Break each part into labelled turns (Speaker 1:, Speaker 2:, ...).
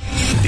Speaker 1: The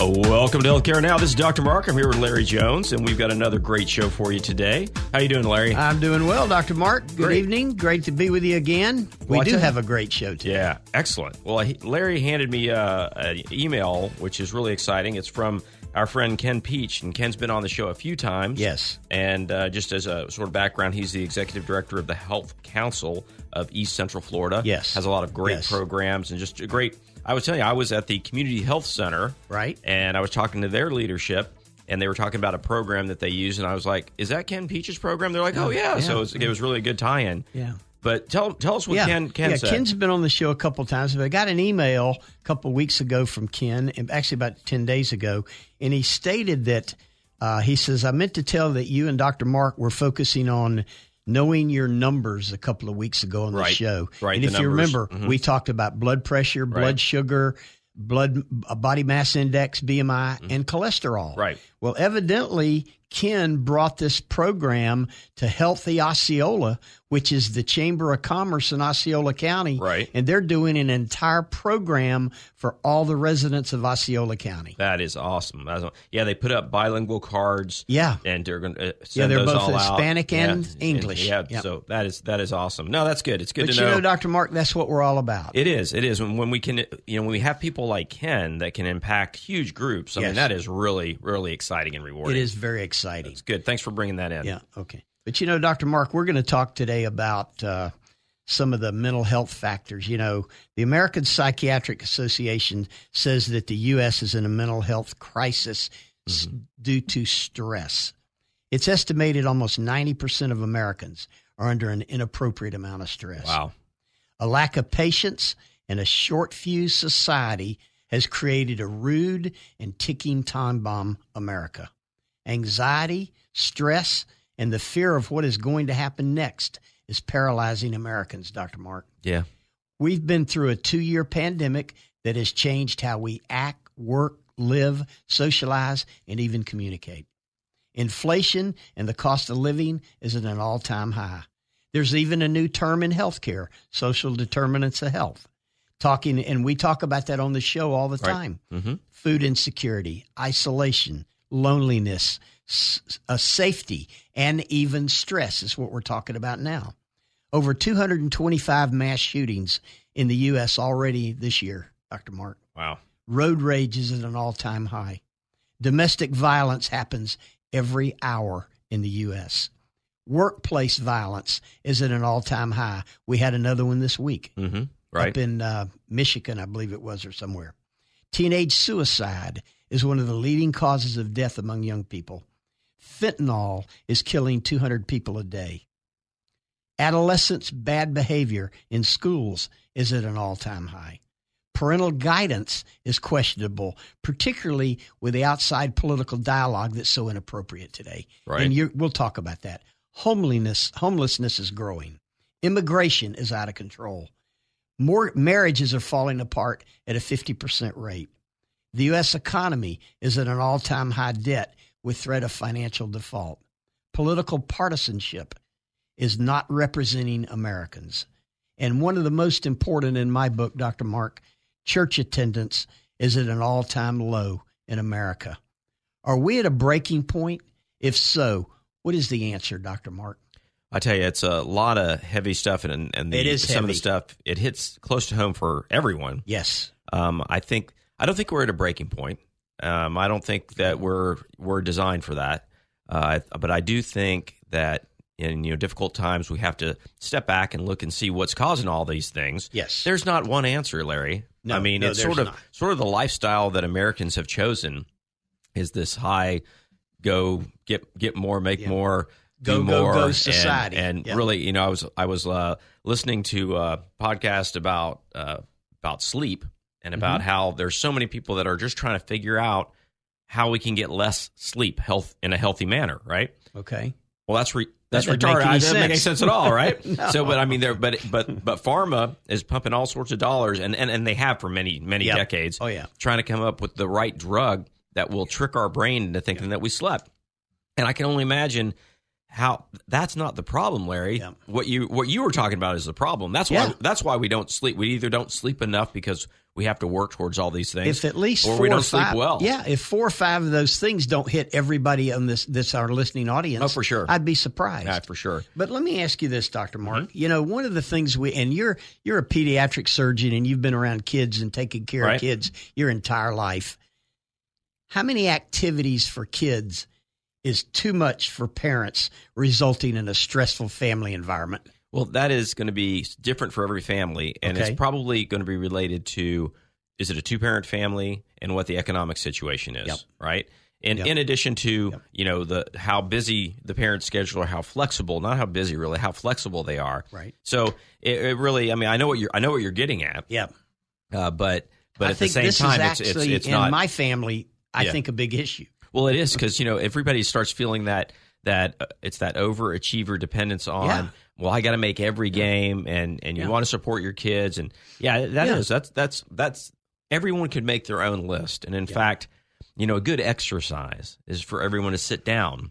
Speaker 2: Welcome to Healthcare Now. This is Dr. Mark. I'm here with Larry Jones, and we've got another great show for you today. How you doing, Larry?
Speaker 3: I'm doing well, Dr. Mark. Good
Speaker 2: Great.
Speaker 3: evening. Great to be with you again. We
Speaker 2: Well, I
Speaker 3: do
Speaker 2: tell you-
Speaker 3: have a great show today.
Speaker 2: Yeah, excellent. Well, I- Larry handed me uh, an email, which is really exciting. It's from our friend Ken Peach, and Ken's been on the show a few times.
Speaker 3: Yes.
Speaker 2: And uh, just as a sort of background, he's the executive director of the Health Council of East Central Florida.
Speaker 3: Yes.
Speaker 2: Has a lot of great
Speaker 3: Yes.
Speaker 2: programs and just a great. I was telling you, I was at the Community Health Center.
Speaker 3: Right.
Speaker 2: And I was talking to their leadership. And they were talking about a program that they use, and I was like, "Is that Ken Peach's program?" They're like, "Oh yeah." So it was, it was really a good tie-in.
Speaker 3: Yeah.
Speaker 2: But tell tell us what
Speaker 3: yeah.
Speaker 2: Ken Ken
Speaker 3: yeah,
Speaker 2: said.
Speaker 3: Ken's been on the show a couple times, but I got an email a couple weeks ago from Ken, and actually about 10 days ago, and he stated that uh, he says, I meant to tell that you and Dr. Mark were focusing on knowing your numbers a couple of weeks ago on the
Speaker 2: Right.
Speaker 3: show.
Speaker 2: Right,
Speaker 3: And
Speaker 2: the
Speaker 3: if you
Speaker 2: numbers.
Speaker 3: remember, we talked about blood pressure, blood
Speaker 2: Mm-hmm. Right.
Speaker 3: sugar, blood uh, body mass index, BMI, and cholesterol.
Speaker 2: Mm-hmm. Right.
Speaker 3: Well, evidently, Ken brought this program to Healthy Osceola, which is the Chamber of Commerce in Osceola County.
Speaker 2: Right.
Speaker 3: And they're doing an entire program for all the residents of Osceola County.
Speaker 2: That is awesome. That's aw- yeah, they put up bilingual cards.
Speaker 3: Yeah.
Speaker 2: and they're going to
Speaker 3: Yeah,
Speaker 2: send
Speaker 3: they're
Speaker 2: those
Speaker 3: both
Speaker 2: all out.
Speaker 3: Hispanic and English.
Speaker 2: Yeah,
Speaker 3: Yep.
Speaker 2: so that is that is awesome. No, that's good. It's good
Speaker 3: but
Speaker 2: to
Speaker 3: you
Speaker 2: know.
Speaker 3: know, Dr. Mark, that's what we're all about.
Speaker 2: it is. It is when, when we can, you know, when we have people like Ken that can impact huge groups. I mean,
Speaker 3: Yes.
Speaker 2: that is really, really exciting and rewarding.
Speaker 3: it is very exciting.
Speaker 2: It's good. Thanks for bringing that in.
Speaker 3: Yeah. Okay. But you know, Dr. Mark, we're going to talk today about uh, some of the mental health factors. You know, the American Psychiatric Association says that the U.S. is in a mental health crisis s- due to stress. It's estimated almost 90% of Americans are under an inappropriate amount of stress.
Speaker 2: Wow.
Speaker 3: A lack of patience and a short fuse society has created a rude and ticking time bomb America. Anxiety, stress, and the fear of what is going to happen next is paralyzing Americans, Dr. Mark.
Speaker 2: Yeah.
Speaker 3: We've been through a two year pandemic that has changed how we act, work, live, socialize, and even communicate. Inflation and the cost of living is at an all time high. There's even a new term in healthcare social determinants of health. Talking, and we talk about that on the show all the
Speaker 2: Right.
Speaker 3: time
Speaker 2: Mm-hmm.
Speaker 3: food insecurity, isolation, loneliness, s- uh, safety, and even stress is what we're talking about now. Over 225 mass shootings in the U.S. already this year, Dr. Mark.
Speaker 2: Wow.
Speaker 3: Road rage is at an all time high. Domestic violence happens every hour in the U.S. Workplace violence is at an all time high. We had another one this week
Speaker 2: Mm-hmm. Right.
Speaker 3: up in uh, Michigan, I believe it was, or somewhere. Teenage suicide is one of the leading causes of death among young people. Fentanyl is killing 200 people a day. Adolescents' bad behavior in schools is at an all time high. Parental guidance is questionable, particularly with the outside political dialogue that's so inappropriate today.
Speaker 2: Right.
Speaker 3: And you're, we'll talk about that. Homeliness, homelessness is growing. Immigration is out of control. More marriages are falling apart at a 50% rate. The U.S. economy is at an all time high debt with threat of financial default. Political partisanship is not representing Americans. And one of the most important in my book, Dr. Mark, church attendance is at an all time low in America. Are we at a breaking point? If so, what is the answer, Dr. Mark?
Speaker 2: I tell you, it's a lot of heavy stuff, and and the,
Speaker 3: It is
Speaker 2: some of the
Speaker 3: heavy.
Speaker 2: stuff it hits close to home for everyone.
Speaker 3: Yes.
Speaker 2: Um, I think I don't think we're at a breaking point. Um, I don't think that we're we're designed for that. Uh, but I do think that in you know difficult times, we have to step back and look and see what's causing all these things.
Speaker 3: Yes.
Speaker 2: there's not one answer, Larry.
Speaker 3: No,
Speaker 2: I mean
Speaker 3: no,
Speaker 2: it's
Speaker 3: there's
Speaker 2: sort of
Speaker 3: not.
Speaker 2: sort of the lifestyle that Americans have chosen is this high go get get more, make
Speaker 3: Yeah.
Speaker 2: more,
Speaker 3: Go,
Speaker 2: do
Speaker 3: go,
Speaker 2: more,
Speaker 3: go
Speaker 2: and-
Speaker 3: society.
Speaker 2: and,
Speaker 3: Yeah.
Speaker 2: really, you know, I was I was uh, listening to a podcast about uh, about sleep and about
Speaker 3: Mm-hmm.
Speaker 2: how there's so many people that are just trying to figure out how we can get less sleep health in a healthy manner, right?
Speaker 3: Okay.
Speaker 2: Well, that's re- that's
Speaker 3: doesn't make
Speaker 2: retarded.
Speaker 3: any
Speaker 2: That doesn't make any
Speaker 3: sense.
Speaker 2: sense at all, right?
Speaker 3: No.
Speaker 2: So, but I mean, there, but but but pharma is pumping all sorts of dollars, and and, and they have for many many
Speaker 3: Yep.
Speaker 2: decades.
Speaker 3: Oh, yeah.
Speaker 2: trying to come up with the right drug that will trick our brain into thinking that we slept. And I can only imagine how that's not the problem, Larry.
Speaker 3: Yep.
Speaker 2: What you what you were talking about is the problem. That's
Speaker 3: Yeah.
Speaker 2: why that's why we don't sleep. We either don't sleep enough because we have to work towards all these things,
Speaker 3: If at least
Speaker 2: or
Speaker 3: four
Speaker 2: we don't
Speaker 3: or
Speaker 2: sleep
Speaker 3: five,
Speaker 2: well.
Speaker 3: yeah. If four or five of those things don't hit everybody on this this our listening audience,
Speaker 2: Oh, for sure.
Speaker 3: I'd be surprised.
Speaker 2: Yeah, for sure.
Speaker 3: But let me ask you this, Doctor Mark. You know, one of the things we and you're you're a pediatric surgeon and you've been around kids and taking care
Speaker 2: Right.
Speaker 3: of kids your entire life. How many activities for kids is too much for parents, resulting in a stressful family environment?
Speaker 2: Well, that is going to be different for every family, and
Speaker 3: Okay.
Speaker 2: it's probably going to be related to is it a two parent family and what the economic situation is,
Speaker 3: Yep.
Speaker 2: right? And
Speaker 3: Yep.
Speaker 2: in addition to you know the how busy the parents' schedule, or how flexible, not how busy really, how flexible they are,
Speaker 3: Right.
Speaker 2: So it, it really, I mean, I know what you're, I know what you're getting at,
Speaker 3: Yeah.
Speaker 2: uh, but but
Speaker 3: I
Speaker 2: at
Speaker 3: think
Speaker 2: the same
Speaker 3: this
Speaker 2: time,
Speaker 3: is
Speaker 2: it's,
Speaker 3: actually
Speaker 2: it's it's
Speaker 3: in
Speaker 2: not
Speaker 3: my family. I
Speaker 2: Yeah.
Speaker 3: think a big issue.
Speaker 2: well, it is because you know everybody starts feeling that that uh, it's that overachiever dependence on.
Speaker 3: Yeah.
Speaker 2: Well, I got to make every game, and and you
Speaker 3: Yeah.
Speaker 2: want to support your kids, and yeah, that is
Speaker 3: Yeah.
Speaker 2: that's that's that's everyone could make their own list, and in fact, you know, a good exercise is for everyone to sit down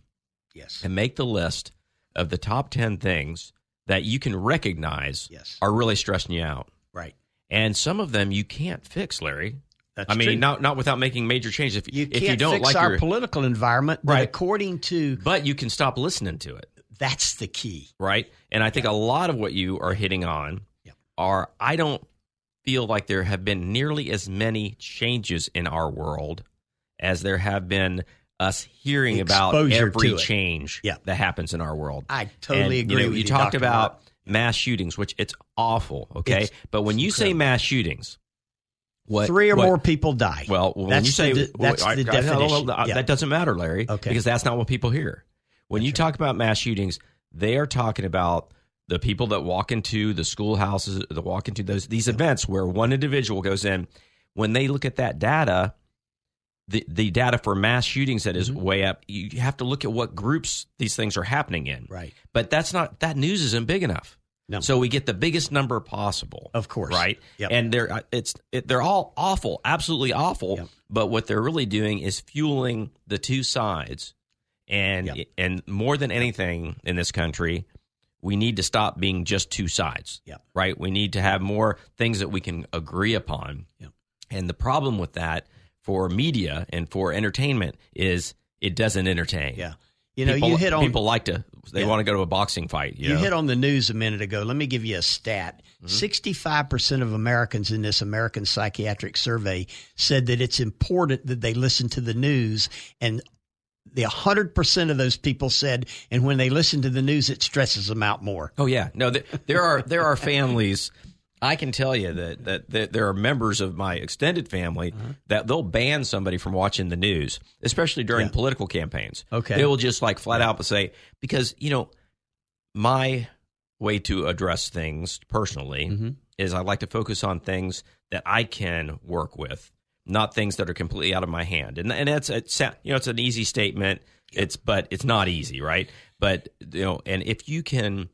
Speaker 3: Yes.
Speaker 2: and make the list of the top ten things that you can recognize
Speaker 3: Yes.
Speaker 2: are really stressing you out,
Speaker 3: Right.
Speaker 2: and some of them you can't fix, Larry.
Speaker 3: That's
Speaker 2: I mean,
Speaker 3: true.
Speaker 2: not not without making major changes. If
Speaker 3: you can't
Speaker 2: if you don't
Speaker 3: fix
Speaker 2: like
Speaker 3: our
Speaker 2: your
Speaker 3: political environment, but
Speaker 2: Right.
Speaker 3: according to
Speaker 2: but you can stop listening to it,
Speaker 3: that's the key.
Speaker 2: right? And I think a lot of what you are hitting on
Speaker 3: Yeah.
Speaker 2: are I don't feel like there have been nearly as many changes in our world as there have been us hearing about
Speaker 3: Exposure
Speaker 2: every
Speaker 3: to it.
Speaker 2: change
Speaker 3: Yeah.
Speaker 2: that happens in our world.
Speaker 3: I totally
Speaker 2: And,
Speaker 3: agree
Speaker 2: You, know,
Speaker 3: with
Speaker 2: you
Speaker 3: you,
Speaker 2: talked
Speaker 3: Dr.
Speaker 2: about
Speaker 3: Mark.
Speaker 2: mass shootings, which it's awful, okay?
Speaker 3: It's-
Speaker 2: but when
Speaker 3: it's
Speaker 2: you say
Speaker 3: incredible.
Speaker 2: mass shootings, what
Speaker 3: Three or
Speaker 2: what-
Speaker 3: more people die.
Speaker 2: well, when
Speaker 3: that's
Speaker 2: you say
Speaker 3: the, de-
Speaker 2: well,
Speaker 3: that's
Speaker 2: I-
Speaker 3: the
Speaker 2: I- I- I-
Speaker 3: definition.
Speaker 2: I-
Speaker 3: Yeah.
Speaker 2: that doesn't matter, Larry,
Speaker 3: Okay.
Speaker 2: because that's not what people hear. When you talk about mass shootings, they are talking about the people that walk into the schoolhouses, that walk into those these events where one individual goes in. When they look at that data, the the data for mass shootings that
Speaker 3: Mm-hmm.
Speaker 2: is way up, you have to look at what groups these things are happening in.
Speaker 3: Right.
Speaker 2: But that's not that news isn't big enough.
Speaker 3: No.
Speaker 2: So we get the biggest number possible.
Speaker 3: Of course.
Speaker 2: Right?
Speaker 3: Yep.
Speaker 2: And they're uh, it's it, they're all awful, absolutely awful,
Speaker 3: Yep.
Speaker 2: but what they're really doing is fueling the two sides. And
Speaker 3: Yep.
Speaker 2: and more than anything in this country, we need to stop being just two sides.
Speaker 3: Yep.
Speaker 2: Right? We need to have more things that we can agree upon.
Speaker 3: Yep.
Speaker 2: And the problem with that for media and for entertainment is it doesn't entertain.
Speaker 3: yeah. You know,
Speaker 2: people,
Speaker 3: you hit on
Speaker 2: people like to they
Speaker 3: Yeah.
Speaker 2: want to go to a boxing fight. You,
Speaker 3: you
Speaker 2: know?
Speaker 3: hit on the news a minute ago. Let me give you a stat.
Speaker 2: Mm-hmm.
Speaker 3: 65% of Americans in this American psychiatric survey said that it's important that they listen to the news and the 100% of those people said and when they listen to the news it stresses them out more.
Speaker 2: Oh yeah, no, th- there are there are families. I can tell you that, that that there are members of my extended family
Speaker 3: Uh-huh.
Speaker 2: that they'll ban somebody from watching the news, especially during
Speaker 3: Yeah.
Speaker 2: political campaigns.
Speaker 3: Okay.
Speaker 2: they will just like flat out say because you know my way to address things personally
Speaker 3: Mm-hmm.
Speaker 2: is I like to focus on things that I can work with, not things that are completely out of my hand. And and that's it's, you know it's an easy statement. It's but it's not easy, right? But you know, and if you can,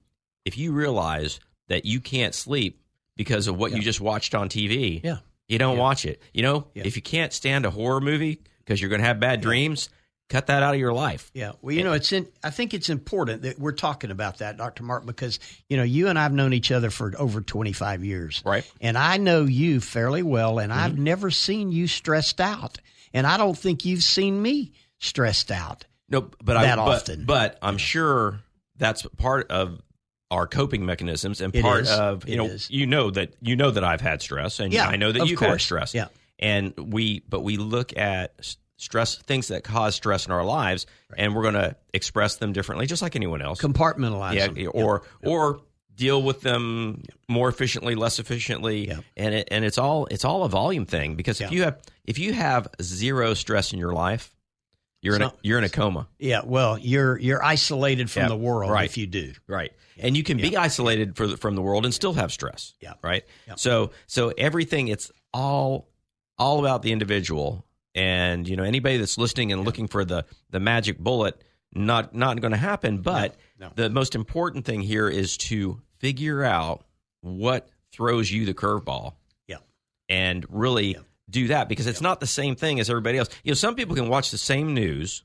Speaker 2: if you realize that you can't sleep because of what you just watched on TV,
Speaker 3: Yeah.
Speaker 2: you don't watch it. You know,
Speaker 3: Yeah.
Speaker 2: if you can't stand a horror movie because you're going to have bad dreams, cut that out of your life.
Speaker 3: Yeah. Well, you know, it's in, I think it's important that we're talking about that, Dr. Mark, because, you know, you and I've known each other for over 25 years.
Speaker 2: Right. Mm-hmm.
Speaker 3: And I know you fairly well, and I've never seen you stressed out. And I don't think you've seen me stressed out.
Speaker 2: No, but I
Speaker 3: that
Speaker 2: but,
Speaker 3: often.
Speaker 2: But I'm sure that's part of our coping mechanisms and
Speaker 3: It
Speaker 2: part
Speaker 3: is.
Speaker 2: of you
Speaker 3: It
Speaker 2: know
Speaker 3: is.
Speaker 2: you know that you know that I've had stress and
Speaker 3: Yeah,
Speaker 2: I know that
Speaker 3: of
Speaker 2: you've had
Speaker 3: course.
Speaker 2: stress.
Speaker 3: Yeah.
Speaker 2: And we but we look at s- stress things that cause stress in our lives, and we're going to express them differently, just like anyone else.
Speaker 3: Compartmentalize
Speaker 2: yeah,
Speaker 3: them.
Speaker 2: or or deal with them more efficiently, less efficiently,
Speaker 3: Yep.
Speaker 2: and it, and it's all it's all a volume thing because if
Speaker 3: Yeah.
Speaker 2: you have if you have zero stress in your life, you're in a,
Speaker 3: So-
Speaker 2: you're in a coma,
Speaker 3: Yeah, well, you're you're isolated from
Speaker 2: Yeah,
Speaker 3: the world
Speaker 2: right.
Speaker 3: if you do.
Speaker 2: right? And you can be isolated for the, from the world and still have stress,
Speaker 3: Yeah.
Speaker 2: right?
Speaker 3: Yep.
Speaker 2: So so everything it's all all about the individual, and you know anybody that's listening and looking for the the magic bullet not not going to happen, but
Speaker 3: No.
Speaker 2: the most important thing here is to figure out what throws you the curveball
Speaker 3: Yeah.
Speaker 2: and really do that because it's not the same thing as everybody else. You know, some people can watch the same news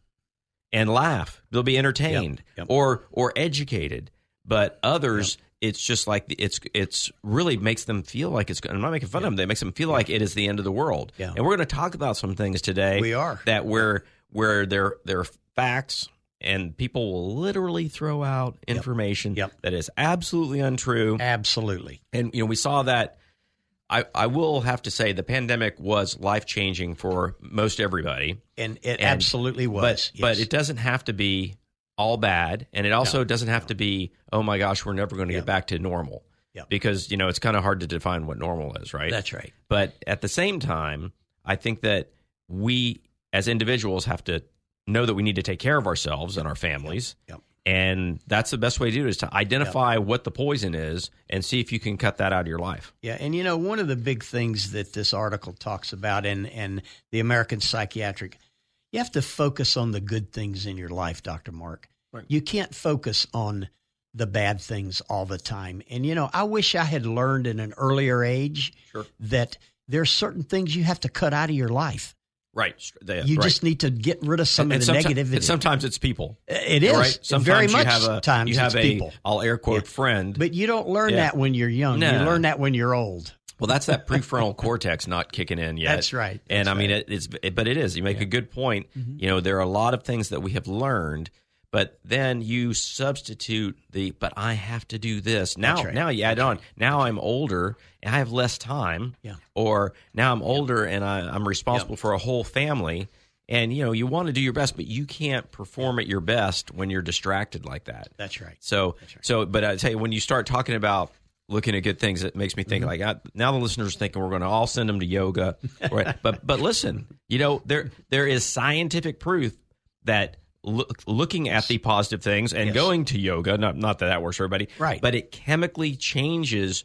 Speaker 2: and laugh; they'll be entertained
Speaker 3: Yep.
Speaker 2: or or educated. But others, it's just like it's it's really makes them feel like it's. I'm not making fun of them; it makes them feel like it is the end of the world.
Speaker 3: Yeah.
Speaker 2: And we're going to talk about some things today.
Speaker 3: We are.
Speaker 2: that where where there there are facts and people will literally throw out information
Speaker 3: Yep.
Speaker 2: that is absolutely untrue
Speaker 3: Absolutely.
Speaker 2: and you know we saw that I, I will have to say the pandemic was life changing for most everybody,
Speaker 3: And
Speaker 2: And-
Speaker 3: it absolutely was.
Speaker 2: but but
Speaker 3: yes.
Speaker 2: it doesn't have to be all bad, and it also doesn't have to be oh my gosh we're never going to
Speaker 3: Yeah.
Speaker 2: get back to normal
Speaker 3: Yeah.
Speaker 2: because you know it's kind of hard to define what normal is, right?
Speaker 3: That's right.
Speaker 2: But at the same time, I think that we as individuals have to know that we need to take care of ourselves and our families.
Speaker 3: Yep.
Speaker 2: And that's the best way to do it is to identify what the poison is and see if you can cut that out of your life.
Speaker 3: Yeah, and you know one of the big things that this article talks about, and and the American Psychiatric, you have to focus on the good things in your life, Doctor Mark. You can't focus on the bad things all the time. And you know, I wish I had learned in an earlier age that there's certain things you have to cut out of your life.
Speaker 2: Right. Str- they-
Speaker 3: you
Speaker 2: right.
Speaker 3: just need to get rid of some
Speaker 2: and
Speaker 3: of the
Speaker 2: someti-
Speaker 3: negativity. Uh,
Speaker 2: and sometimes it's people.
Speaker 3: it is
Speaker 2: Right? Sometimes
Speaker 3: very much
Speaker 2: you have a
Speaker 3: times
Speaker 2: you have
Speaker 3: it's
Speaker 2: a
Speaker 3: people.
Speaker 2: will air quote
Speaker 3: Yeah.
Speaker 2: friend.
Speaker 3: But you don't learn
Speaker 2: Yeah.
Speaker 3: that when you're young. You
Speaker 2: No.
Speaker 3: learn that when you're old.
Speaker 2: well, that's that prefrontal cortex not kicking in yet.
Speaker 3: That's right. Mm-hmm.
Speaker 2: and
Speaker 3: That's
Speaker 2: I mean, it, it's it, but it is. You make a good point. You know, there are a lot of things that we have learned, but then you substitute the. But I have to do this now.
Speaker 3: That's right.
Speaker 2: Now you add on. Now I'm older and I have less time.
Speaker 3: Yeah.
Speaker 2: Or now I'm older and I, I'm responsible for a whole family. And you know, you want to do your best, but you can't perform at your best when you're distracted like that.
Speaker 3: That's right.
Speaker 2: So, so, but I tell you, when you start talking about looking at good things, it makes me think
Speaker 3: Mm-hmm.
Speaker 2: like I, now the listeners are thinking we're going to all send them to yoga, right? but but listen, you know there there is scientific proof that look, looking at the positive things and
Speaker 3: Yes.
Speaker 2: going to yoga, not not that that works for everybody,
Speaker 3: Right.
Speaker 2: But it chemically changes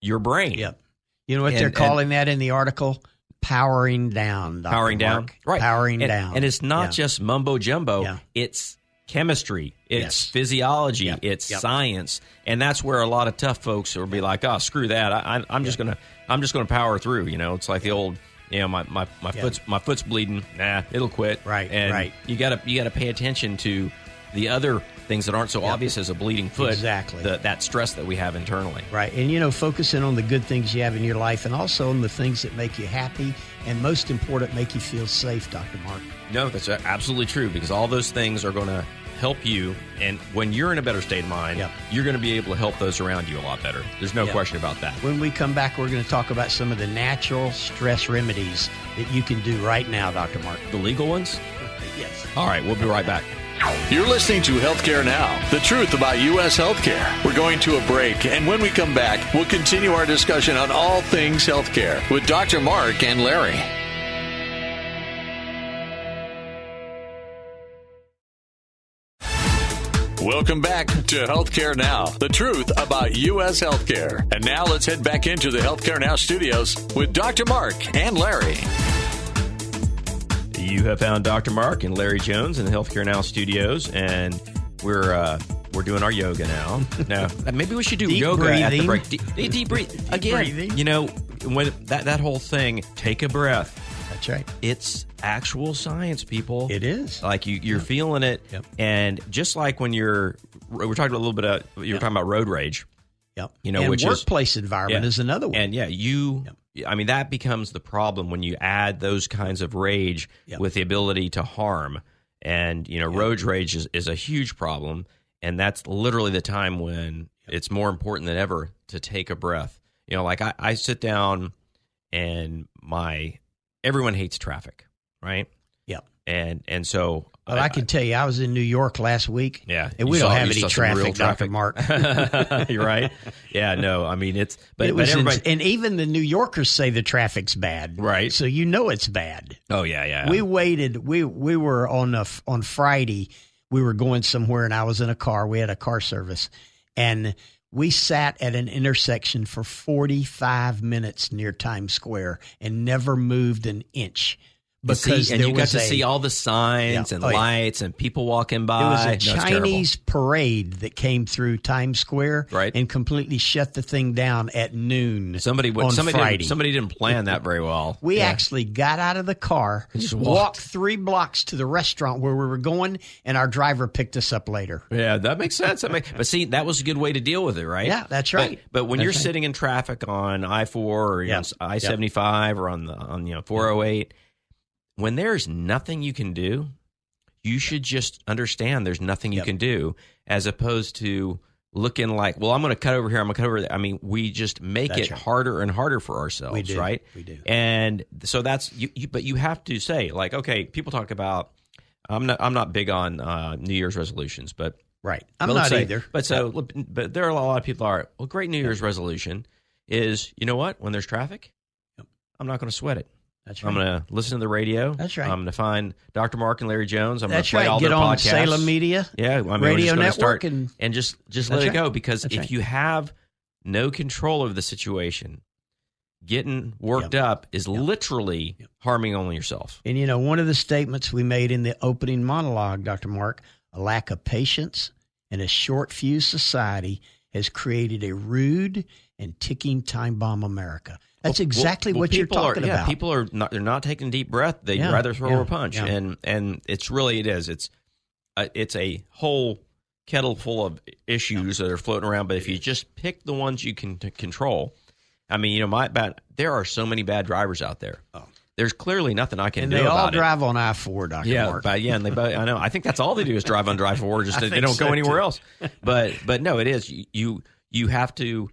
Speaker 2: your brain.
Speaker 3: Yep. You know what
Speaker 2: And-
Speaker 3: they're
Speaker 2: and-
Speaker 3: calling that in the article? Powering down. Dr.
Speaker 2: powering down,
Speaker 3: Mark. Powering
Speaker 2: and,
Speaker 3: down.
Speaker 2: and it's not
Speaker 3: Yeah.
Speaker 2: just mumbo jumbo.
Speaker 3: Yeah.
Speaker 2: It's chemistry, it's
Speaker 3: Yes.
Speaker 2: physiology, it's
Speaker 3: Yep.
Speaker 2: science, and that's where a lot of tough folks will be like, "Oh, screw that! I, I, I'm just gonna, I'm just gonna power through." You know, it's like the old, you know, my my, my foot's my foot's bleeding. Nah, it'll quit.
Speaker 3: Right,
Speaker 2: and
Speaker 3: right.
Speaker 2: You gotta you gotta pay attention to the other things that aren't so obvious as a bleeding foot.
Speaker 3: Exactly.
Speaker 2: the, that stress that we have internally.
Speaker 3: Right. And, you know, focusing on the good things you have in your life and also on the things that make you happy and, most important, make you feel safe, Dr. Mark.
Speaker 2: No, that's absolutely true because all those things are going to help you. And when you're in a better state of mind,
Speaker 3: Yeah.
Speaker 2: you're going to be able to help those around you a lot better. There's no
Speaker 3: Yeah.
Speaker 2: question about that.
Speaker 3: When we come back, we're going to talk about some of the natural stress remedies that you can do right now, Dr. Mark.
Speaker 2: The legal ones?
Speaker 3: Yes.
Speaker 2: All right, we'll be right back.
Speaker 4: You're listening to Healthcare Now, the truth about U.S. healthcare. We're going to a break, and when we come back, we'll continue our discussion on all things healthcare with Dr. Mark and Larry. Welcome back to Healthcare Now, the truth about U.S. healthcare. And now let's head back into the Healthcare Now studios with Dr. Mark and Larry.
Speaker 2: You have found Dr. Mark and Larry Jones in the Healthcare Now studios, and we're uh, we're doing our yoga now. Now, maybe we should do
Speaker 3: Deep
Speaker 2: yoga at the
Speaker 3: breathing.
Speaker 2: break. Deep, deep breathe again.
Speaker 3: breathing.
Speaker 2: You know, when that that whole thing, take a breath.
Speaker 3: That's right.
Speaker 2: It's actual science, people.
Speaker 3: It is.
Speaker 2: like you, you're feeling it
Speaker 3: Yep.
Speaker 2: and just like when you're we're talking a little bit of you were talking about road rage
Speaker 3: Yep.
Speaker 2: You know,
Speaker 3: and
Speaker 2: which is-
Speaker 3: workplace environment is another one.
Speaker 2: and yeah you i mean that becomes the problem when you add those kinds of rage
Speaker 3: Yep.
Speaker 2: with the ability to harm and you know road rage is, is a huge problem and that's literally the time when it's more important than ever to take a breath you know like i, I sit down and my everyone hates traffic right
Speaker 3: yeah.
Speaker 2: and and so
Speaker 3: But Oh, I can tell you, I was in New York last week.
Speaker 2: yeah,
Speaker 3: and we
Speaker 2: you
Speaker 3: don't
Speaker 2: saw-
Speaker 3: have
Speaker 2: you
Speaker 3: any
Speaker 2: saw some real
Speaker 3: traffic, Doctor Mark.
Speaker 2: traffic. You're right. Yeah, no, I mean it's but,
Speaker 3: it
Speaker 2: but
Speaker 3: was
Speaker 2: everybody.
Speaker 3: ins- and even the New Yorkers say the traffic's bad,
Speaker 2: Right.
Speaker 3: So you know it's bad.
Speaker 2: oh yeah, yeah.
Speaker 3: We waited. We we were on a, f- on Friday. We were going somewhere, and I was in a car. We had a car service, and we sat at an intersection for forty five minutes near Times Square and never moved an inch
Speaker 2: But see,
Speaker 3: because
Speaker 2: and
Speaker 3: there
Speaker 2: you got
Speaker 3: was
Speaker 2: to
Speaker 3: a-
Speaker 2: see all the signs
Speaker 3: Yeah.
Speaker 2: and
Speaker 3: Oh, yeah.
Speaker 2: lights and people walking by.
Speaker 3: It was
Speaker 2: No,
Speaker 3: a
Speaker 2: it's terrible.
Speaker 3: Chinese parade that came through Times Square
Speaker 2: Right.
Speaker 3: and completely shut the thing down at noon.
Speaker 2: Somebody would-
Speaker 3: on
Speaker 2: somebody
Speaker 3: Friday.
Speaker 2: Didn't, somebody didn't plan that very well.
Speaker 3: we actually got out of the car,
Speaker 2: just
Speaker 3: walked.
Speaker 2: walked.
Speaker 3: three blocks to the restaurant where we were going, and our driver picked us up later.
Speaker 2: Yeah, that makes sense. That make, but see, that was a good way to deal with it, right?
Speaker 3: Yeah, that's
Speaker 2: But-
Speaker 3: right.
Speaker 2: But, when
Speaker 3: That's
Speaker 2: you're
Speaker 3: right.
Speaker 2: sitting in traffic on I four or you
Speaker 3: Yeah.
Speaker 2: know, I seventy five or on the on you know four oh eight, when there's nothing you can do, you should just understand there's nothing you
Speaker 3: Yep.
Speaker 2: can do, as opposed to looking like, well, I'm going to cut over here, I'm going to cut over there. I mean, we just make
Speaker 3: That's
Speaker 2: it
Speaker 3: right.
Speaker 2: harder and harder for ourselves,
Speaker 3: We do.
Speaker 2: right?
Speaker 3: We do.
Speaker 2: And so that's you, you. But you have to say like, okay, people talk about. I'm not. I'm not big on uh, New Year's resolutions, but
Speaker 3: Right. I'm
Speaker 2: but
Speaker 3: not
Speaker 2: let's say-
Speaker 3: either.
Speaker 2: But so, but there are a lot of people that are. Well, great New Year's resolution is you know what? When there's traffic, I'm not going to sweat it.
Speaker 3: That's
Speaker 2: I'm
Speaker 3: right.
Speaker 2: going to listen to the radio.
Speaker 3: That's right.
Speaker 2: I'm going to find Dr. Mark and Larry Jones. I'm going to
Speaker 3: That's
Speaker 2: play
Speaker 3: right.
Speaker 2: all
Speaker 3: Get
Speaker 2: their
Speaker 3: on
Speaker 2: podcasts.
Speaker 3: Salem Media.
Speaker 2: Yeah, I mean, we're
Speaker 3: Radio
Speaker 2: just gonna
Speaker 3: Network
Speaker 2: start
Speaker 3: and-
Speaker 2: just just
Speaker 3: That's
Speaker 2: let
Speaker 3: right.
Speaker 2: it go because
Speaker 3: That's
Speaker 2: if
Speaker 3: right.
Speaker 2: you have no control over the situation, getting worked up is literally harming only yourself.
Speaker 3: And you know, one of the statements we made in the opening monologue, Dr. Mark, a lack of patience and a short fused society has created a rude and ticking time bomb America. That's
Speaker 2: Well,
Speaker 3: exactly
Speaker 2: well,
Speaker 3: what you're
Speaker 2: people are-
Speaker 3: talking
Speaker 2: yeah,
Speaker 3: about.
Speaker 2: People are not they're not taking a deep breath. They
Speaker 3: Yeah,
Speaker 2: would rather throw
Speaker 3: yeah,
Speaker 2: a punch,
Speaker 3: yeah.
Speaker 2: and and it's really it is it's a, it's a whole kettle full of issues that are floating around. But if you just pick the ones you can t- control, I mean, you know, my bad. There are so many bad drivers out there. There's clearly nothing I can
Speaker 3: Oh. and
Speaker 2: do
Speaker 3: they all
Speaker 2: about it.
Speaker 3: drive on I four, Doctor
Speaker 2: Yeah,
Speaker 3: Mark.
Speaker 2: but yeah, and they both, I know. I think that's all they do is drive on drive forward. Just they
Speaker 3: think
Speaker 2: don't
Speaker 3: so,
Speaker 2: go anywhere
Speaker 3: too.
Speaker 2: else. But but no, it is you you, you have to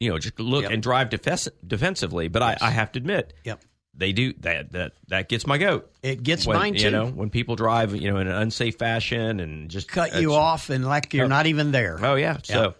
Speaker 2: you know just look and drive defes- defensively. But I, I have to admit,
Speaker 3: Yep.
Speaker 2: they do that that that gets my goat.
Speaker 3: It gets
Speaker 2: When,
Speaker 3: mine too.
Speaker 2: You know when people drive you know in an unsafe fashion and just
Speaker 3: Cut you
Speaker 2: it's-
Speaker 3: off and like you're not even there.
Speaker 2: Oh yeah, so.
Speaker 3: Yep.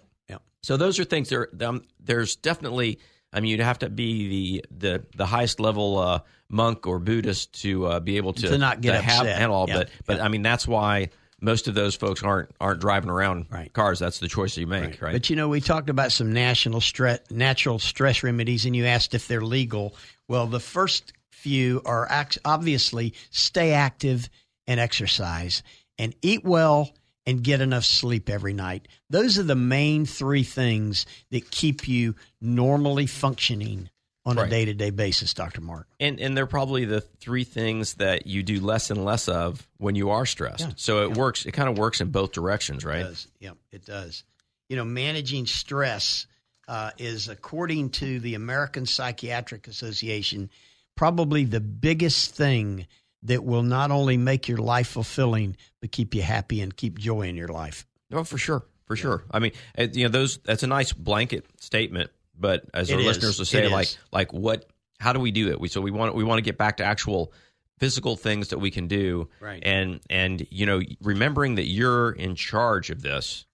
Speaker 2: So those are things. There, um, there's definitely. I mean, you'd have to be the the, the highest level uh, monk or Buddhist to uh, be able to,
Speaker 3: To not get
Speaker 2: to have
Speaker 3: upset.
Speaker 2: and all.
Speaker 3: Yeah.
Speaker 2: But but I mean, that's why most of those folks aren't aren't driving around
Speaker 3: Right.
Speaker 2: cars. That's the choice you make, right?
Speaker 3: But you know, we talked about some national stress, natural stress remedies, and you asked if they're legal. Well, the first few are ac- obviously stay active and exercise, and eat well and get enough sleep every night. Those are the main three things that keep you normally functioning on a
Speaker 2: Right.
Speaker 3: day to day basis, Doctor Mark.
Speaker 2: and and they're probably the three things that you do less and less of when you are stressed. So it works. It kind of works in both directions, right?
Speaker 3: It does. Yep, it does. You know, managing stress uh, is, according to the American Psychiatric Association, probably the biggest thing that will not only make your life fulfilling, but keep you happy and keep joy in your life.
Speaker 2: Oh, for sure, for sure. I mean, uh, you know, those that's a nice blanket statement, but as
Speaker 3: It
Speaker 2: our
Speaker 3: is.
Speaker 2: listeners will
Speaker 3: It
Speaker 2: say,
Speaker 3: is.
Speaker 2: like, like what? How do we do it? We so we want we want to get back to actual physical things that we can do,
Speaker 3: Right.
Speaker 2: And and you know, remembering that you're in charge of this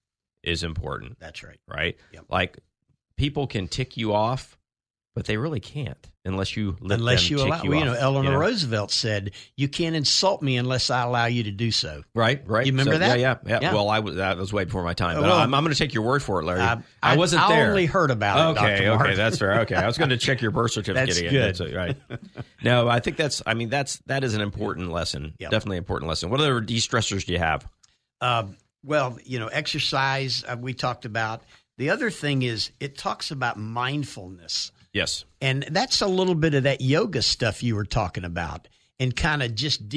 Speaker 2: is important,
Speaker 3: That's right.
Speaker 2: right?
Speaker 3: Yep.
Speaker 2: Like people can tick you off, but they really can't unless you let
Speaker 3: unless
Speaker 2: them
Speaker 3: you
Speaker 2: tick
Speaker 3: allow,
Speaker 2: you,
Speaker 3: well, you know,
Speaker 2: off,
Speaker 3: Eleanor
Speaker 2: you know?
Speaker 3: Roosevelt said, "You can't insult me unless I allow you to do so."
Speaker 2: Right, right.
Speaker 3: You remember that?
Speaker 2: Yeah, yeah, yeah.
Speaker 3: Yeah.
Speaker 2: Well, I was that was way before my time. But
Speaker 3: Well,
Speaker 2: I'm, I'm going to take your word for it, Larry. I,
Speaker 3: I-
Speaker 2: wasn't
Speaker 3: I
Speaker 2: there.
Speaker 3: only heard about it,
Speaker 2: Okay,
Speaker 3: Dr. Mark.
Speaker 2: okay, that's fair. Okay, I was going to check your birth certificate.
Speaker 3: That's
Speaker 2: again.
Speaker 3: good.
Speaker 2: That's right. No, I think that's. I mean, that's that is an important lesson.
Speaker 3: Yeah.
Speaker 2: Definitely an important lesson. What other de-stressors do you have?
Speaker 3: Um, well, you know, exercise uh, we talked about. The other thing is it talks about mindfulness.
Speaker 2: Yes.
Speaker 3: And that's a little bit of that yoga stuff you were talking about and kind of just
Speaker 2: Well,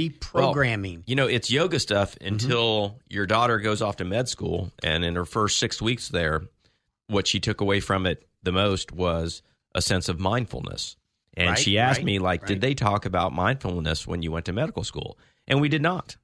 Speaker 3: deprogramming.
Speaker 2: you know, it's yoga stuff
Speaker 3: Mm-hmm.
Speaker 2: until your daughter goes off to med school, and in her first six weeks there, what she took away from it the most was a sense of mindfulness. And
Speaker 3: Right,
Speaker 2: she asked
Speaker 3: right,
Speaker 2: me, like,
Speaker 3: right.
Speaker 2: did they talk about mindfulness when you went to medical school? And we did not.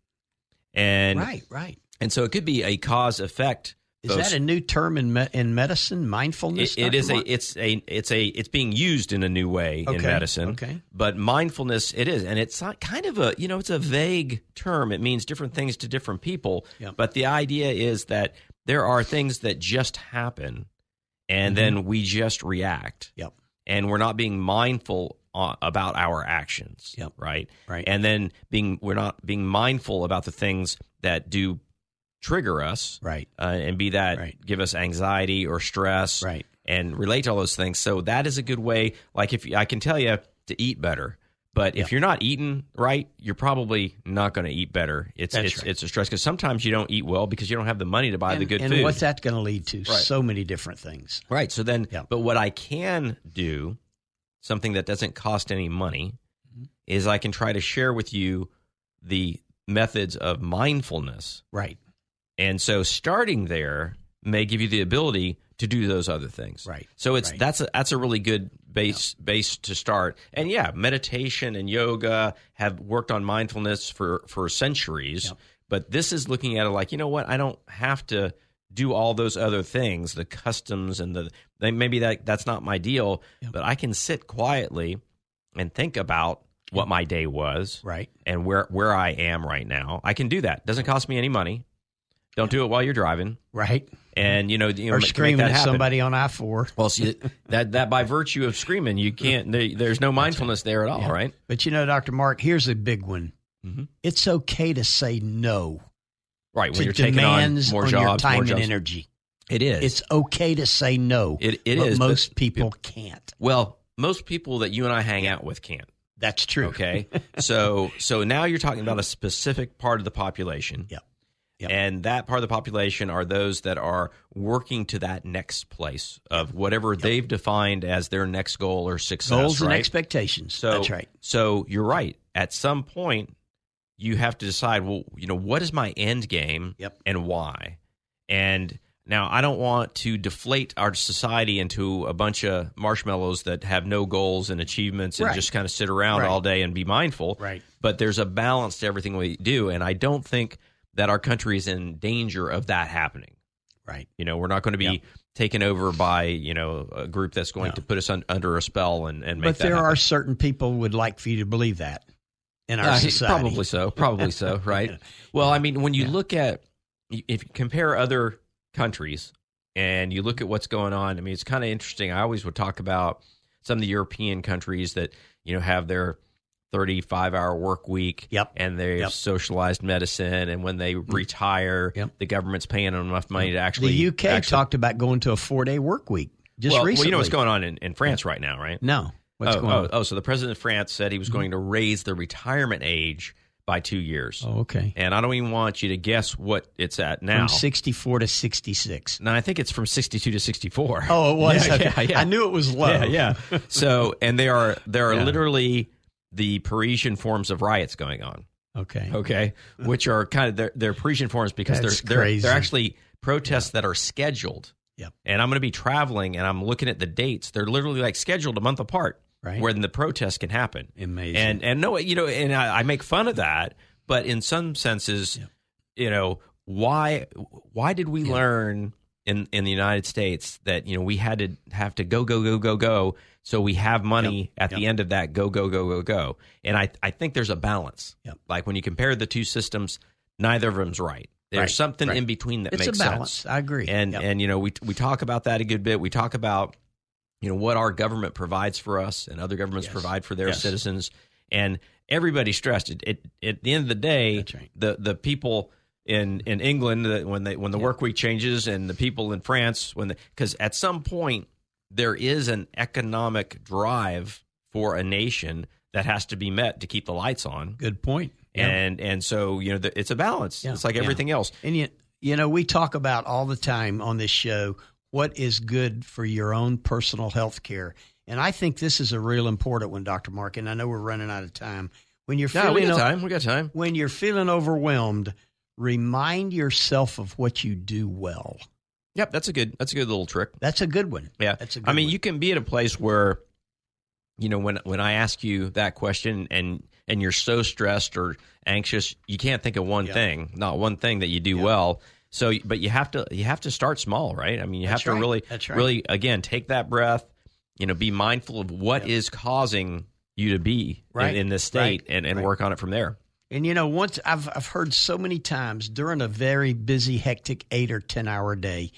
Speaker 2: And
Speaker 3: right, right.
Speaker 2: and so it could be a cause effect
Speaker 3: Is
Speaker 2: Those-
Speaker 3: that a new term in me- in medicine? Mindfulness.
Speaker 2: It- it
Speaker 3: Dr.
Speaker 2: is a
Speaker 3: Mark?
Speaker 2: it's a it's a it's being used in a new way in
Speaker 3: Okay,
Speaker 2: medicine.
Speaker 3: okay.
Speaker 2: But mindfulness it is and it's not kind of a you know it's a vague term. It means different things to different people.
Speaker 3: Yeah.
Speaker 2: But the idea is that there are things that just happen and
Speaker 3: Mm-hmm.
Speaker 2: then we just react
Speaker 3: Yep.
Speaker 2: and we're not being mindful uh, about our actions
Speaker 3: Yep.
Speaker 2: right
Speaker 3: Right.
Speaker 2: and then being we're not being mindful about the things that do trigger us
Speaker 3: Right.
Speaker 2: uh, and be that
Speaker 3: Right.
Speaker 2: give us anxiety or stress
Speaker 3: Right.
Speaker 2: and relate to all those things so that is a good way like if i can tell you to eat better but if you're not eating right you're probably not going to eat better it's
Speaker 3: That's
Speaker 2: it's,
Speaker 3: right.
Speaker 2: it's a stress because sometimes you don't eat well because you don't have the money to buy
Speaker 3: and,
Speaker 2: the good
Speaker 3: and
Speaker 2: food
Speaker 3: what's that going to lead to? So many different things.
Speaker 2: Right. So then,
Speaker 3: Yeah.
Speaker 2: but what I can do, something that doesn't cost any money, is I can try to share with you the methods of mindfulness.
Speaker 3: Right.
Speaker 2: And so starting there may give you the ability to do those other things.
Speaker 3: Right.
Speaker 2: So it's
Speaker 3: Right.
Speaker 2: that's a, that's a really good base base to start. And yeah, meditation and yoga have worked on mindfulness for for centuries. But this is looking at it like, you know what? I don't have to do all those other things, the customs and the they- maybe that that's not my deal, but I can sit quietly and think about what my day was
Speaker 3: Right.
Speaker 2: and where where I am right now. I can do that. Doesn't cost me any money. Don't do it while you're driving,
Speaker 3: Right.
Speaker 2: and you know, you know,
Speaker 3: or
Speaker 2: make- make
Speaker 3: screaming
Speaker 2: that
Speaker 3: at
Speaker 2: happen.
Speaker 3: somebody on I four.
Speaker 2: Well, see, that that by virtue of screaming, you can't. There, there's no mindfulness there at all, right?
Speaker 3: But you know, Doctor Mark, here's a big one.
Speaker 2: Mhm.
Speaker 3: It's okay to say no
Speaker 2: Right when
Speaker 3: to
Speaker 2: you're taking on
Speaker 3: demands
Speaker 2: more
Speaker 3: on
Speaker 2: jobs,
Speaker 3: your time
Speaker 2: more
Speaker 3: and
Speaker 2: jobs.
Speaker 3: energy.
Speaker 2: It is.
Speaker 3: It's okay to say no.
Speaker 2: It- it
Speaker 3: but
Speaker 2: is, but-
Speaker 3: Most people can't.
Speaker 2: well, most people that you and I hang out with can't.
Speaker 3: That's true.
Speaker 2: Okay, so so now you're talking about a specific part of the population.
Speaker 3: Yep. Yep.
Speaker 2: And that part of the population are those that are working to that next place of whatever they've defined as their next goal or success.
Speaker 3: Goals and
Speaker 2: right?
Speaker 3: expectations.
Speaker 2: So
Speaker 3: That's right.
Speaker 2: So you're right. At some point, you have to decide. Well, you know, what is my end game?
Speaker 3: Yep.
Speaker 2: And why? And now I don't want to deflate our society into a bunch of marshmallows that have no goals and achievements and
Speaker 3: Right.
Speaker 2: just kind of sit around
Speaker 3: Right.
Speaker 2: all day and be mindful.
Speaker 3: Right.
Speaker 2: But there's a balance to everything we do, and I don't think that our country is in danger of that happening.
Speaker 3: Right.
Speaker 2: You know, we're not going to be taken over by you know a group that's going to put us un- under a spell and and make
Speaker 3: But
Speaker 2: that
Speaker 3: there
Speaker 2: happen.
Speaker 3: are certain people would like for you to believe that in our
Speaker 2: Uh,
Speaker 3: society.
Speaker 2: Probably so. Probably so. Right. Well, I mean, when you look at if you compare other countries and you look at what's going on, I mean, it's kind of interesting. I always would talk about some of the European countries that you know have their 35 hour work week
Speaker 3: Yep.
Speaker 2: and they
Speaker 3: Yep. Mm-hmm.
Speaker 2: have socialized medicine and when they retire
Speaker 3: Yep. Mm-hmm.
Speaker 2: the government's paying them enough money to actually
Speaker 3: The UK
Speaker 2: actually-
Speaker 3: talked about going to a four day work week just
Speaker 2: well, well,
Speaker 3: recently.
Speaker 2: you know what's going on in, in France right now right
Speaker 3: No. What's
Speaker 2: oh,
Speaker 3: going
Speaker 2: oh,
Speaker 3: on? Mm-hmm.
Speaker 2: oh, so the president of France said he was going to raise the retirement age by 2 years
Speaker 3: Oh, okay.
Speaker 2: and I don't even want you to guess what it's at now.
Speaker 3: From 64 to 66.
Speaker 2: no, I think it's from 62 to 64.
Speaker 3: Oh, it was.
Speaker 2: Yeah,
Speaker 3: okay.
Speaker 2: yeah, yeah.
Speaker 3: I knew it was low.
Speaker 2: Yeah, yeah. so, and there are there are literally the Parisian forms of riots going on.
Speaker 3: Okay.
Speaker 2: Okay, which are kind of they're, they're Parisian forms because
Speaker 3: That's
Speaker 2: they're they're
Speaker 3: crazy.
Speaker 2: they're actually protests that are scheduled.
Speaker 3: Yep.
Speaker 2: And I'm going to be traveling, and I'm looking at the dates. They're literally like scheduled a month apart,
Speaker 3: Right.
Speaker 2: Where the protest can happen.
Speaker 3: Amazing.
Speaker 2: And and no, you know, and I, I make fun of that, but in some senses, you know, why why did we learn in in the United States that you know we had to have to go go go go go so we have money at the end of that go go go go go. And I I think there's a balance.
Speaker 3: Yep.
Speaker 2: Like when you compare the two systems, neither of them's right. There's
Speaker 3: Right,
Speaker 2: something
Speaker 3: right.
Speaker 2: in between that
Speaker 3: It's a
Speaker 2: makes
Speaker 3: balance.
Speaker 2: sense.
Speaker 3: I agree.
Speaker 2: And
Speaker 3: Yep.
Speaker 2: and you know we we talk about that a good bit. We talk about you know what our government provides for us and other governments provide for their
Speaker 3: Yes.
Speaker 2: citizens and everybody's stressed it, it at the end of the day
Speaker 3: That's right.
Speaker 2: the the people in in England that when they when the work week changes and the people in France when cuz at some point there is an economic drive for a nation that has to be met to keep the lights on
Speaker 3: Good point. Yeah.
Speaker 2: and and so you know the, it's a balance
Speaker 3: Yeah.
Speaker 2: it's like
Speaker 3: Yeah.
Speaker 2: everything else
Speaker 3: And you, you know, we talk about all the time on this show what is good for your own personal health care. And I think this is a real important one, Dr. Mark. And I know we're running out of time. When you're
Speaker 2: no,
Speaker 3: feeling
Speaker 2: we got
Speaker 3: o-
Speaker 2: time we got time
Speaker 3: when you're feeling overwhelmed, remind yourself of what you do well.
Speaker 2: yep that's a good that's a good little trick
Speaker 3: That's a good one.
Speaker 2: Yeah,
Speaker 3: That's a good
Speaker 2: I mean,
Speaker 3: one.
Speaker 2: you can be at a place where, you know, when when I ask you that question and and you're so stressed or anxious, you can't think of one
Speaker 3: Yeah.
Speaker 2: thing, not one thing that you do well. So, but you have to you have to start small, right? I mean, you
Speaker 3: That's
Speaker 2: have to
Speaker 3: right.
Speaker 2: really,
Speaker 3: That's right.
Speaker 2: really again take that breath. You know, be mindful of what is causing you to be in-
Speaker 3: Right.
Speaker 2: in, this state,
Speaker 3: Right.
Speaker 2: and, and
Speaker 3: Right.
Speaker 2: work on it from there.
Speaker 3: And you know, once I've I've heard so many times during a very busy, hectic eight or ten hour day,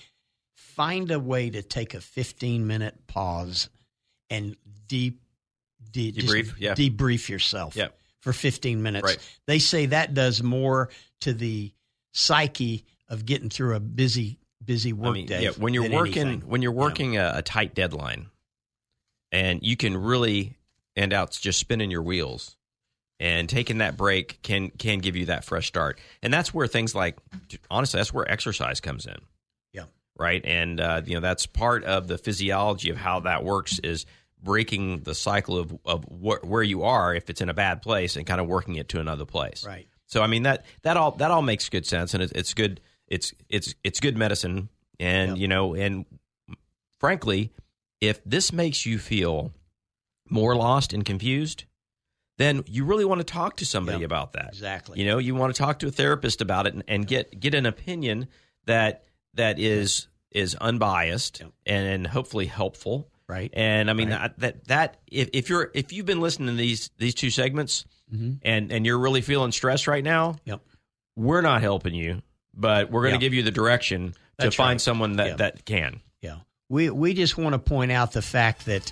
Speaker 3: find a way to take a fifteen minute pause and deep, de- just
Speaker 2: Debrief, yeah.
Speaker 3: debrief yourself
Speaker 2: Yeah.
Speaker 3: for fifteen minutes.
Speaker 2: Right.
Speaker 3: They say that does more to the psyche of getting through a busy, busy work
Speaker 2: I mean,
Speaker 3: day.
Speaker 2: yeah, when you're
Speaker 3: than
Speaker 2: working
Speaker 3: anything.
Speaker 2: when you're
Speaker 3: Yeah.
Speaker 2: working a, a tight deadline, and you can really end out just spinning your wheels, and taking that break can can give you that fresh start, and that's where things like honestly, that's where exercise comes in.
Speaker 3: Yeah.
Speaker 2: right, and uh, you know that's part of the physiology of how that works is breaking the cycle of of wh- where you are if it's in a bad place and kind of working it to another place.
Speaker 3: Right.
Speaker 2: So I mean that that all that all makes good sense, and it's it's good it's it's it's good medicine, and
Speaker 3: Yeah.
Speaker 2: you know, and frankly, if this makes you feel more lost and confused, then you really want to talk to somebody
Speaker 3: Yeah,
Speaker 2: about that.
Speaker 3: exactly.
Speaker 2: You know, you want to talk to a therapist about it and, and get get an opinion that that is is unbiased
Speaker 3: Yeah.
Speaker 2: and hopefully helpful.
Speaker 3: Right.
Speaker 2: And I mean
Speaker 3: Right.
Speaker 2: that that, that if, if you're if you've been listening to these these two segments
Speaker 3: Mm-hmm.
Speaker 2: and and you're really feeling stressed right now,
Speaker 3: Yep.
Speaker 2: we're not helping you, but we're going to
Speaker 3: Yeah.
Speaker 2: give you the direction
Speaker 3: That's
Speaker 2: to find
Speaker 3: right.
Speaker 2: someone that
Speaker 3: Yeah.
Speaker 2: that can.
Speaker 3: Yeah. We we just want to point out the fact that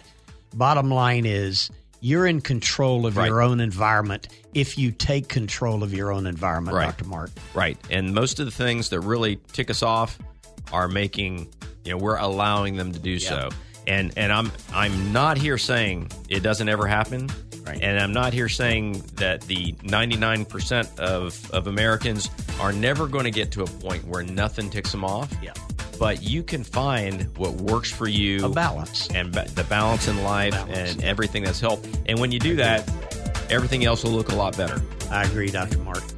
Speaker 3: bottom line is you're in control of
Speaker 2: Right.
Speaker 3: your own environment if you take control of your own environment,
Speaker 2: Right.
Speaker 3: Dr. Mark.
Speaker 2: Right. And most of the things that really tick us off are making, you know, we're allowing them to do so. And and I'm I'm not here saying it doesn't ever happen.
Speaker 3: Right.
Speaker 2: And I'm not here saying that the 99% of of Americans are never going to get to a point where nothing ticks them off.
Speaker 3: Yeah.
Speaker 2: But you can find what works for you
Speaker 3: A balance.
Speaker 2: and ba- the balance in life
Speaker 3: Balance.
Speaker 2: and everything that's helped. And when you do that, everything else will look a lot better.
Speaker 3: I agree, Dr. Mark.